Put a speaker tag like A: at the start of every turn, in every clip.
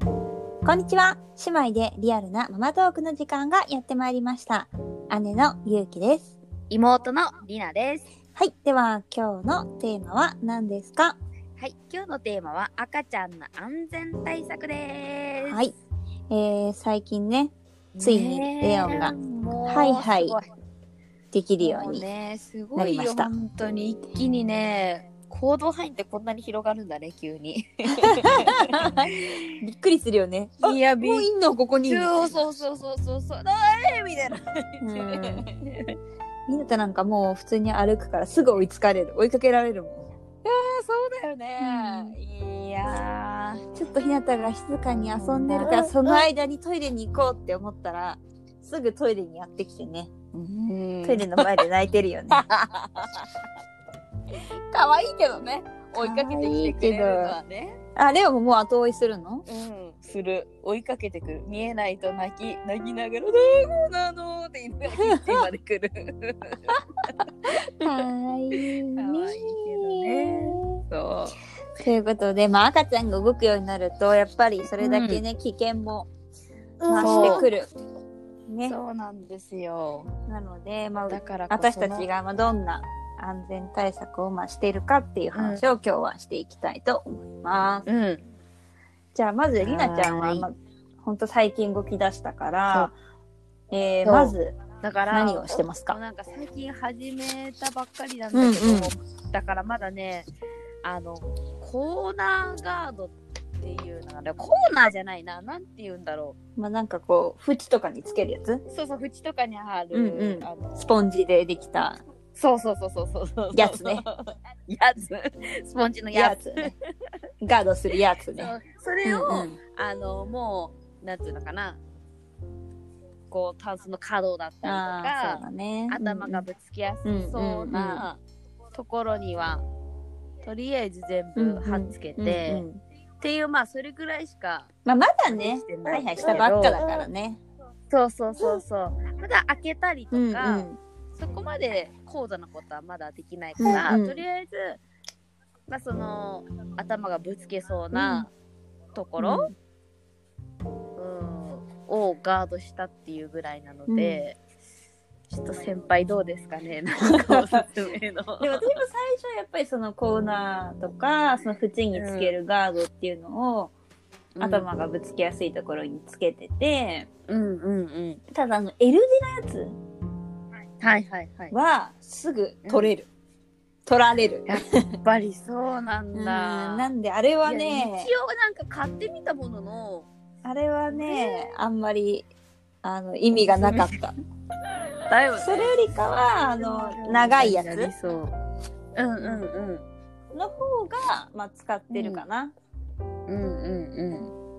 A: こんにちは姉妹でリアルなママトークの時間がやってまいりました姉のゆうきです
B: 妹のりなです。
A: はいでは今日のテーマは何ですか
B: はい、今日のテーマは赤ちゃんの安全対策です。
A: はい、えー、最近ねついにレオンがはい
B: は
A: はいでき
B: い
A: るように、
B: ね、す
A: な
B: ご
A: り
B: い
A: ま
B: よ
A: した
B: 本当に一気にね、行動範囲ってこんなに広がるんだね急に。
A: びっくりするよねあ
B: いやび
A: もういんのここにみ
B: そうそうそうそうそうそう。だいみたいな。
A: んなたなんかもう普通に歩くからすぐ追いつかれる追いかけられるもん
B: そうだよね。いやー
A: ちょっとひなたが静かに遊んでるから、その間にトイレに行こうって思ったら、すぐトイレにやってきてね。
B: うん
A: トイレの前で泣いてるよね。
B: 可愛いけどね。追いかけてきてくれるのはね。
A: あ、レオももう後追いするの
B: うん、する。追いかけてくる。見えないと泣き、泣きながら、どうなのって言いながら、キッチンまで来る。
A: はい。
B: 可愛いけどね そ
A: ということで、まあ赤ちゃんが動くようになると、やっぱりそれだけね、危険も増してくる。
B: う。
A: ね。
B: そうなんですよ。
A: なので、まあ、
B: だからこ
A: 私
B: そ
A: たちがまあどんな安全対策をまあしているかっていう話を今日はしていきたいと思います。
B: の。うん。
A: じゃあまずりなちゃん
B: は
A: は、
B: ーい
A: まあ、ほんと最近動き出したから、えー、まず
B: だから、
A: 何をしてますか
B: もうなんか最近始めたばっかりなんだけど、
A: うん
B: だからまだね、あの、コーナーガードっていうのがね、コーナーじゃないな。なんて言うんだろ
A: まあなんかこう縁とかにつけるやつ
B: う。そうそう、縁とかに貼る。
A: うんうん
B: あの
A: スポンジでできた
B: そうそうそうそうそうそう。
A: やつね。
B: やつ。スポンジのや
A: や
B: つ。
A: つ、ね、ガードするやつ
B: そ
A: ね。
B: うそれを、
A: うんうん
B: あのもうなんていうのかなこうタンスの角だったりと
A: ああ
B: か
A: ー、そうだね。
B: 頭がぶつけやすそうなところには、とりあえず全部貼っつけて、
A: うんうんうん
B: っていうまあそれぐらいしか
A: まあまだね
B: して、な
A: はいいはいしたばっかだからね。
B: そうそうそうそうまだ開けたりとか、
A: うんうん
B: そこまで高度なことはまだできないから、
A: うんうん
B: とりあえず、まあ、その頭がぶつけそうなところ、うんをガードしたっていうぐらいなので、ちょっと先輩どうですか ねなんかおすすめの。
A: で私も最初はやっぱりそのコーナーとかその縁につけるガードっていうのを、
B: うん、
A: 頭がぶつけやすいところにつけてて、
B: うんうんうん。
A: ただあの L 字のやつ
B: はいはいはい。
A: はすぐ取れる、取られる
B: やっぱりそうなん
A: うん
B: だ。
A: なんであれはね
B: いや一応なんか買ってみたものの、
A: あれはねあんまりあの意味がなかった
B: だよね
A: それよりかはあの長いや
B: なり
A: つ
B: そう。うんうんうん。
A: の方が、まあ、使ってるかな、
B: うんうん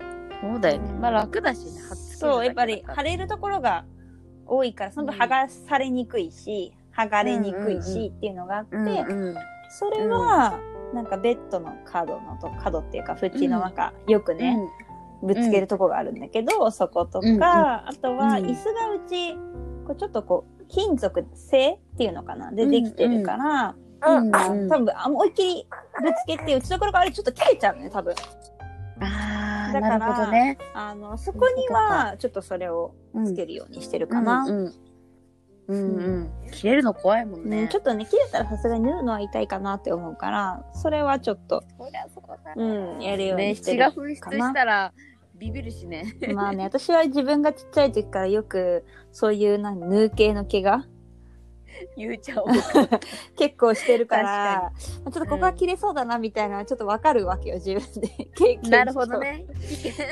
B: うん。そうだよね。まあ楽だしね。貼っつけるだけだから
A: そうやっぱり腫れるところが多いからその分剥がされにくいし、剥がれにくい
B: うんうん
A: しっていうのがあって、
B: うんうん。
A: それは、なんかベッドの角のと角っていうか縁の中、よくね、
B: ね。
A: ぶつけるとこがあるんだけど、そことか、
B: うんうん
A: あとは
B: うん
A: 椅子がうちこうちょっとこう金属製っていうのかなでできてるから、
B: うんうん
A: あ
B: うん
A: 多分あ思いっきりぶつけて打ちどころがあれちょっと切れちゃうのね多分
B: ああ、
A: だから
B: なるほどね。
A: あのそこにはちょっとそれをつけるようにしてるかな、
B: うんうん。うんうん。切れるの怖いもん
A: うん
B: ね。
A: ちょっとね切れたらさすがに縫うのは痛いかなって思うからそれはちょっ と、
B: そりゃそうだ
A: う
B: ね。
A: ん、やるよう
B: ね
A: にして
B: 血
A: る
B: が噴出したらビビるし ね。
A: まあね、私は自分がちっちゃい時からよく、そういうな、縫う系の怪我
B: ゆうちゃんを。
A: 結構してるから、まあちょっとここが
B: うん
A: 切れそうだなみたいな、ちょっとわかるわけよ、自分で。経験上
B: なるほ ど。ね。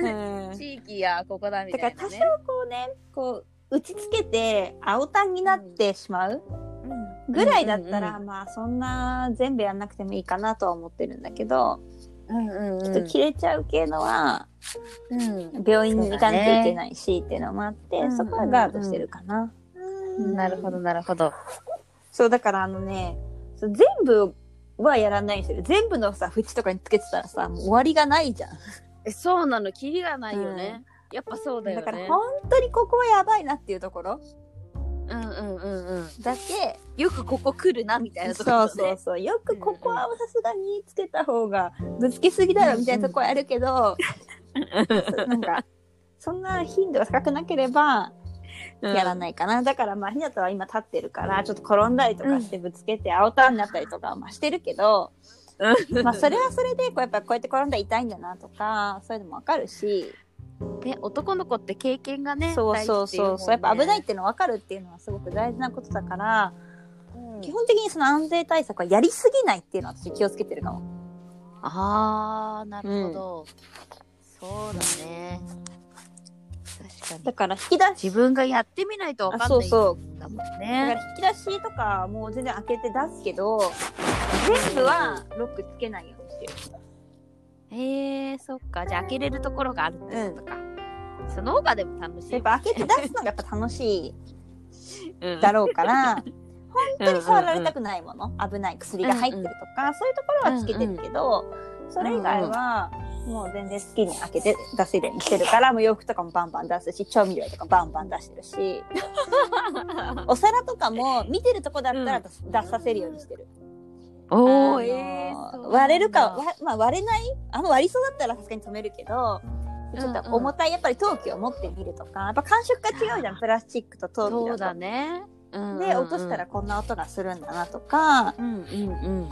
A: うん。
B: 地域やここだみ
A: だ
B: た
A: から多少
B: いなね。
A: こうね、こう、打ちつけて、青タンになってしまうぐらいだったら、
B: うん
A: まあそんな全部やんなくてもいいかなとは思ってるんだけど、
B: うんうん
A: ちょっと
B: うん
A: 切れちゃう系のは、
B: うん。
A: 病院に行かなきゃいけないし、っていうのもあって、
B: うんうんうん
A: そこはガードしてるかな。うん
B: なるほどなるほど。
A: そうだからあのねそう全部はやらないんですよ全部のさ縁とかにつけてたらさもう終わりがないじゃん
B: えそうなのキリがないよね。やっぱそう
A: だ,、
B: だよね。
A: から本当にここはやばいなっていうところ
B: うんうんうんうん。
A: だけ
B: よくここ来るなみたいなとこ
A: そう
B: ろ、ね、
A: そうそうよくここはさすがにつけた方がぶつけすぎだろみたいなとこはあるけど、
B: う
A: そうなんかそんな頻度が高くなければやら
B: い。
A: ないかな、だからまあひなたは今立ってるからちょっと転んだりとかしてぶつけて青ターンになったりとかはまあしてるけど、 まあそれはそれでこうやっぱこうやって転んだら痛いんだなとかそういうのもわかるし、
B: ね、男の子って経験がね、
A: そうそうそうそうやっぱ危ない
B: い。
A: っていうのわかるっていうのはすごく大事なことだから、
B: うん
A: 基本的にその安全対策はやりすぎないっていうのは私気をつけてるかも。
B: あー、なるほど。そうだね。確かに。
A: だから引き出し
B: 自分がやってみないとわか
A: あ
B: んな
A: そ
B: いう
A: そう
B: うだもん
A: だか
B: ね。
A: ら引き出しとかはもう全然開けて出すけど全部はロックつけないようにしてる
B: へえー、そっか。じゃあ開けれるところがあるってことか。その方がでも楽しい。
A: やっぱ開けて出すのがやっぱ楽し
B: うん
A: いだろうから 本
B: 本
A: 当に触られたくないもの危ない薬が入ってるとか、そういうところはつけてるけど、それ以外はもう全然好きに開けて出せるようにしてるからもう洋服とかもバンバン出すし調味料とかバンバン出してる しお皿とかも見てるとこだったら出す出させるようにしてる。
B: おー、
A: あの
B: えー、そうなんだ
A: 割れるか、わまあ、割れないあんま割りそうだったらさすがに止めるけどちょっと重たいやっぱり陶器を持ってみるとかやっぱ感触が違うじゃんプラスチックと陶器だと
B: そうだね。うんうんうん
A: で落としたら、こんな音がするんだなとか
B: うんうん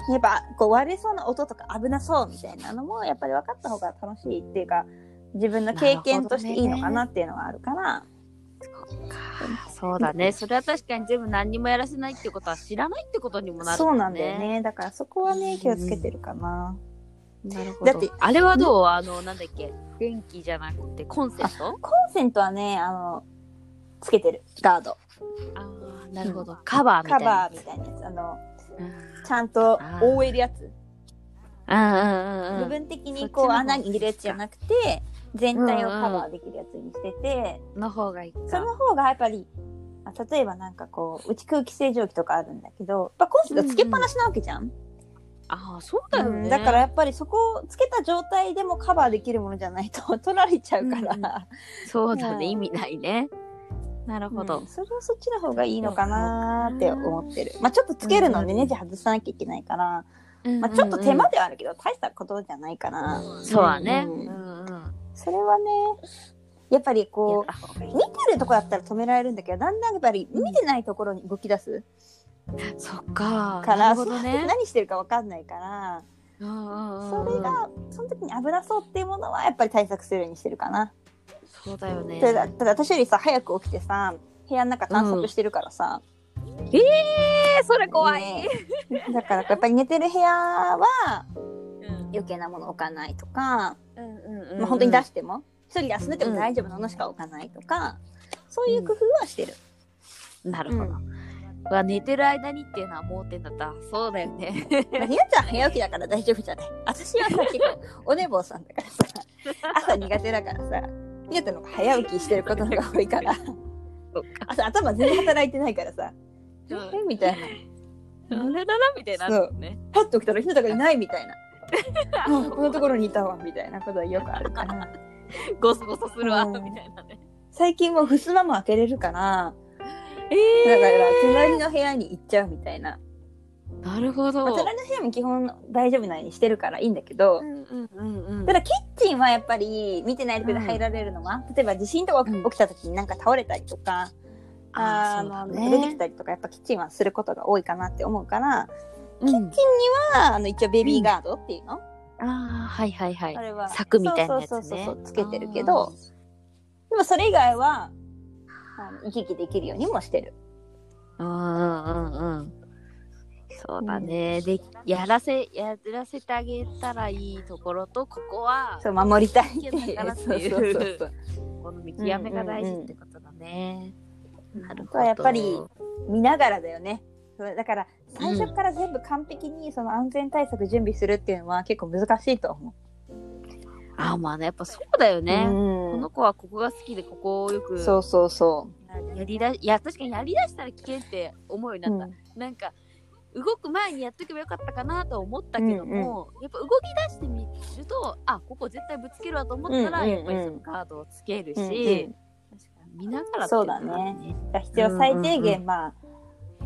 B: うん。
A: やっぱこう割れそうな音とか危なそうみたいなのもやっぱり分かった方が楽しいっていうか自分の経験としていいのかなっていうのがあるから
B: そうだね。それは確かに全部何にもやらせないってことは知らないってことにもなる、
A: そうなんだよ。ねだからそこはね気をつけてるかな。
B: なるほど。
A: だって
B: あれはどうあの、なんだっけ電気じゃなくてコンセント
A: コンセントはねあのつけてるガード
B: ああ、なるほど。カバーみた
A: カ
B: いな。
A: バーみたいなやつあの
B: うんうん
A: ちゃんと
B: あー
A: 覆えるやつ
B: うんうん
A: 部
B: うん。
A: 分的にこう
B: そっちの方
A: 穴に入れるやつじゃなくて全体をカバーできるやつにしてて、
B: の方がいいか。
A: その方がやっぱりあ例えばなんかこううち空気清浄機とかあるんだけどやっぱコンセントつけっぱなしなわけじゃん、
B: ああ、そうだよ
A: うん
B: ね。
A: だから、やっぱりそこをつけた状態でもカバーできるものじゃないと 取られちゃうから、
B: うんそうだ
A: うん
B: ね。意味ないね。なるほど。
A: うんそれはそっちの方がいいのかなーって思ってるまあちょっとつけるのでね、
B: うん
A: じゃあ外さなきゃいけないから、
B: うん
A: まあ、ちょっと手間ではあるけど大したことじゃないかな、
B: そうだね。
A: うん
B: うんうん。
A: それはねやっぱりこう
B: やった方がいい
A: 見てるとこだったら止められるんだけどだんだんやっぱり見てないところに動き出す
B: そっか。
A: か
B: な
A: ら、
B: るほど
A: その時
B: ね。
A: 何してるかわかんないからそ
B: そ
A: れがその時に危なそうっていうものはやっぱり対策するようにしてるかな。
B: そうだよね
A: ただただ私よりさ早く起きてさ部屋の中探索してるからさ、
B: えそれ
A: ねだからやっぱり寝てる部屋は余計なもの置かないとか、まあ、本当に出しても一人で遊んでても大丈夫なものしか置かないとか、そういう工夫はしてる。
B: なるほど、
A: う
B: うわ寝てる間にっていうのは盲点だったそうだよ ね
A: まあひなちゃん早起きだから大丈夫じゃない私はさ結構お寝坊さんだからさ朝苦手だからさひなちゃんの方が早起きしてることの方が多いから
B: そっか
A: 朝頭全然働いてないから さ「
B: うん
A: えみたいな
B: あれだなみたいになるもんね
A: パッと起きたらひなたがいないみたい な「あこのところにいたわ」みたいなことはよくある から
B: ゴソゴソするわ、
A: うん
B: みたいなね
A: 最近もう襖も開けれるからだ
B: え
A: から隣の部屋に行っちゃうみたいな、
B: ー、なるほど、
A: まあ、隣の部屋も基本大丈夫なようにしてるからいいんだけど、
B: うんうんうんうん
A: ただキッチンはやっぱり見てないところで入られるのは、例えば地震とか起き
B: うん
A: 起きた時になんか倒れたりとか、
B: あー
A: の
B: そうだね
A: 出てきたりとかやっぱキッチンはすることが多いかなって思うから、
B: うん
A: キッチンにはあの一応ベビーガードっていうの、
B: ああはいはいはい
A: あれは
B: 柵みたいなやつ
A: そう
B: ね
A: そうそうそうつけてるけどでもそれ以外はあの行き来できるようにもしてる。
B: うんうんうんうんそうだね、でやらせやらせてあげたらいいところとここは
A: そう守りたいっていう。
B: いけないからっていう
A: そうそうそうそう
B: この見極めが大事ってことだね。なるほど。
A: やっぱり見ながらだよね。そうだから最初から全部完璧にその安全対策準備するっていうのは結構難しいと思
B: あまあねやっぱそうだよ
A: う。
B: ね。こ
A: う
B: の子はここが好きでここをよく
A: ん、そうそうそ
B: やりだいや確かにやりだしたら危険って思うよう
A: う。
B: になった。なんか動く前にやっとけばよかったかなとは思ったけども、やっぱ動き出してみるとあここ絶対ぶつけるわと思ったら、
A: うんうんうん
B: やっぱりそのガードをつけるし、
A: うんうん
B: 確かに見ながら
A: そうだねだから必要最低
B: うんうんう
A: 限まあ
B: って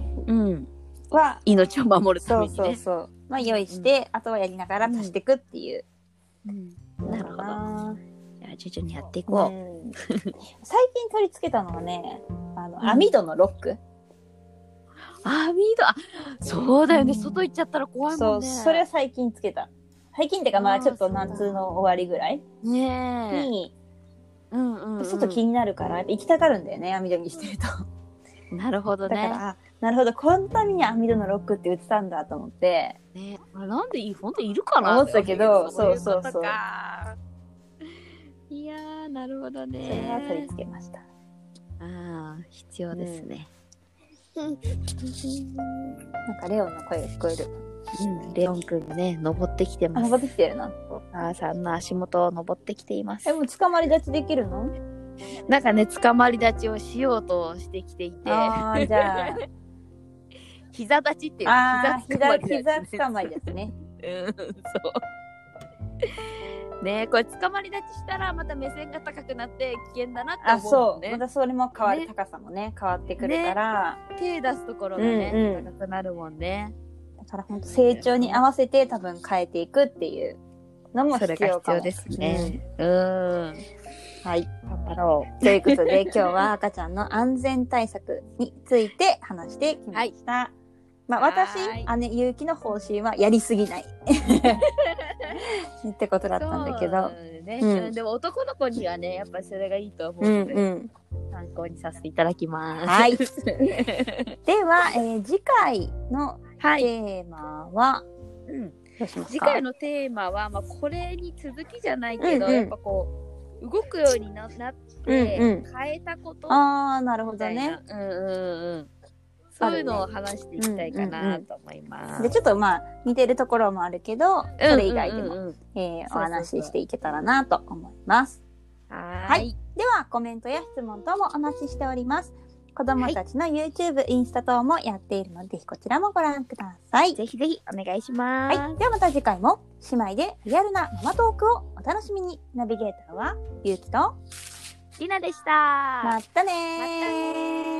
B: いうのはね。うん。
A: は、
B: 命を守るた
A: そ
B: め
A: う
B: にね。
A: そうそう。まあ用意して、あとはやりながら足していくっていう。
B: うんなるほど。
A: ど。
B: やから徐々にやっていこ
A: うん、最近取り付けたのはねあ
B: うん
A: の網戸のロック、
B: う。あ、網戸、あ、そうだよね。外行っちゃったら怖い
A: そ
B: も
A: うん
B: ね。
A: それは最近つけた最近ってかま
B: あ
A: あ
B: ー
A: ちょっ
B: そ
A: と
B: うなんだ
A: 夏の終わりぐらい
B: ねえ。
A: に
B: うんうん、うん。
A: 外気になるからやっぱ行きたがるんだよね網戸にしてると
B: なるほど
A: だから、
B: ね。
A: あなるほどこのために網戸のロックって売ってたんだと思って
B: ねあれなんでいい、本当いるかな
A: 思ってたけど
B: いこと
A: そうそうそう
B: かいやー、なるほど
A: それは取り
B: ね。
A: 付けました、
B: ああ、必要ですね。
A: なんかレオンの声が聞こえる
B: うん、レオンくんがね、登ってきて
A: あ
B: ます。
A: 登ってきてるな
B: 母さんの足元を登ってきています
A: え。もう捕まり立ちできるの
B: なんかね、捕まり立ちをしようとしてきていて、
A: ああじ ゃあ
B: 膝立ちっていう
A: あー
B: つか
A: 膝
B: まり立ち
A: 膝つかまりですね
B: うん、そう。ねえ、これ捕まり立ちしたらまた目線が高くなって危険だな
A: あ
B: って思う
A: そ
B: ん
A: う
B: ね。
A: またそれも変わる、
B: ね
A: 高さもね変わってくるから、
B: 手出すところがね、
A: うんうん
B: 高くなるもんね。
A: だから本当成長に合わせて多分変えていくっていうのも
B: そ
A: 必
B: れ
A: 要
B: が
A: かも
B: 必要ですね。うん。
A: はい
B: 頑張ろ
A: ということで今日は赤ちゃんの安全対策について話してきました、まあ私
B: は
A: 姉ゆうきの方針はやりすぎ ないってことだ
B: う。
A: ったんだけ
B: そ
A: ど
B: うね、
A: うん
B: でも男の子にはね、やっぱりそれがいいと思う
A: う
B: の
A: ん
B: で、
A: うん
B: 参考にさせていただきます。
A: はい
B: は
A: では、えー次回の
B: い。
A: テーマは
B: うん
A: どうしますか
B: 次回のテーマは、まあ、これに続きじゃないけど、
A: うんうん
B: やっぱこう動くようにななって、
A: うんうん
B: 変えたこと
A: ああなるほ
B: み
A: ど
B: たいな、
A: ね
B: うんうんうん、そういうのを話していきたいかなと思います。
A: でちょっとまあ似てるところもあるけどそ
B: うんうんうん
A: れ以外でも、えー
B: そうそうそう
A: お話ししていけたらなと思います
B: はー
A: はいい。ではコメントや質問等もお待ちしております子どもたちの YouTube、インスタ等もやっているのでぜひこちらもご覧ください
B: ぜひぜひお願いしま
A: は
B: す。
A: い、ではまた次回も姉妹でリアルなママトークをお楽しみにナビゲーターはゆうきと
B: りなでした。
A: まったねー
B: またねー